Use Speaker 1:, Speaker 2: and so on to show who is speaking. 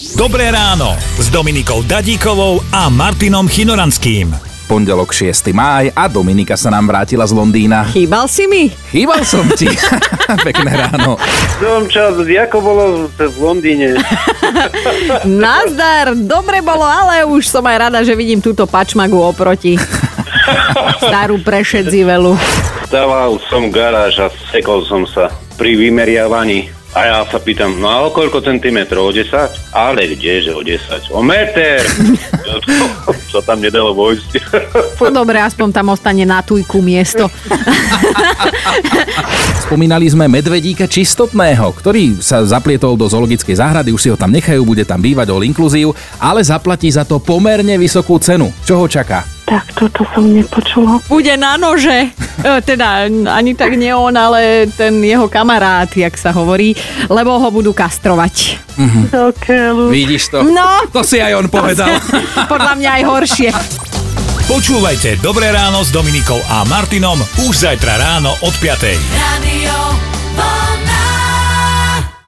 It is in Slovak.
Speaker 1: Dobré ráno s Dominikou Dadíkovou a Martinom Chinoranským.
Speaker 2: Pondelok 6. máj a Dominika sa nám vrátila z Londýna.
Speaker 3: Chýbal si mi?
Speaker 2: Chýbal som ti. Pekné ráno.
Speaker 4: Dom čas, ako bolo v v Londýne?
Speaker 3: Nazdar, dobre bolo, ale už som aj rada, že vidím túto pačmagu oproti. Starú prešedzivelu.
Speaker 4: Staval som garáž a sekol som sa pri vymeriavaní. A ja sa pýtam, no a o koľko centimetrov? O 10? Ale kde, že o 10? O meter! Čo tam nedalo vojsť.
Speaker 3: No dobre, aspoň tam ostane na tujku miesto.
Speaker 2: Spomínali sme medvedíka čistotného, ktorý sa zaplietol do zoologickej záhrady, už si ho tam nechajú, bude tam bývať all inkluzív, ale zaplatí za to pomerne vysokú cenu. Čo ho čaká?
Speaker 5: Tak toto som nepočula.
Speaker 3: Bude na nože. E, Teda ani tak nie on, ale ten jeho kamarát, jak sa hovorí, lebo ho budú kastrovať.
Speaker 5: Do keľu.
Speaker 2: Vidíš to?
Speaker 3: No.
Speaker 2: Mm. To si aj on povedal.
Speaker 3: Podľa mňa aj horšie.
Speaker 1: Počúvajte Dobré ráno s Dominikou a Martinom už zajtra ráno od 5.
Speaker 6: Radio Bonheur.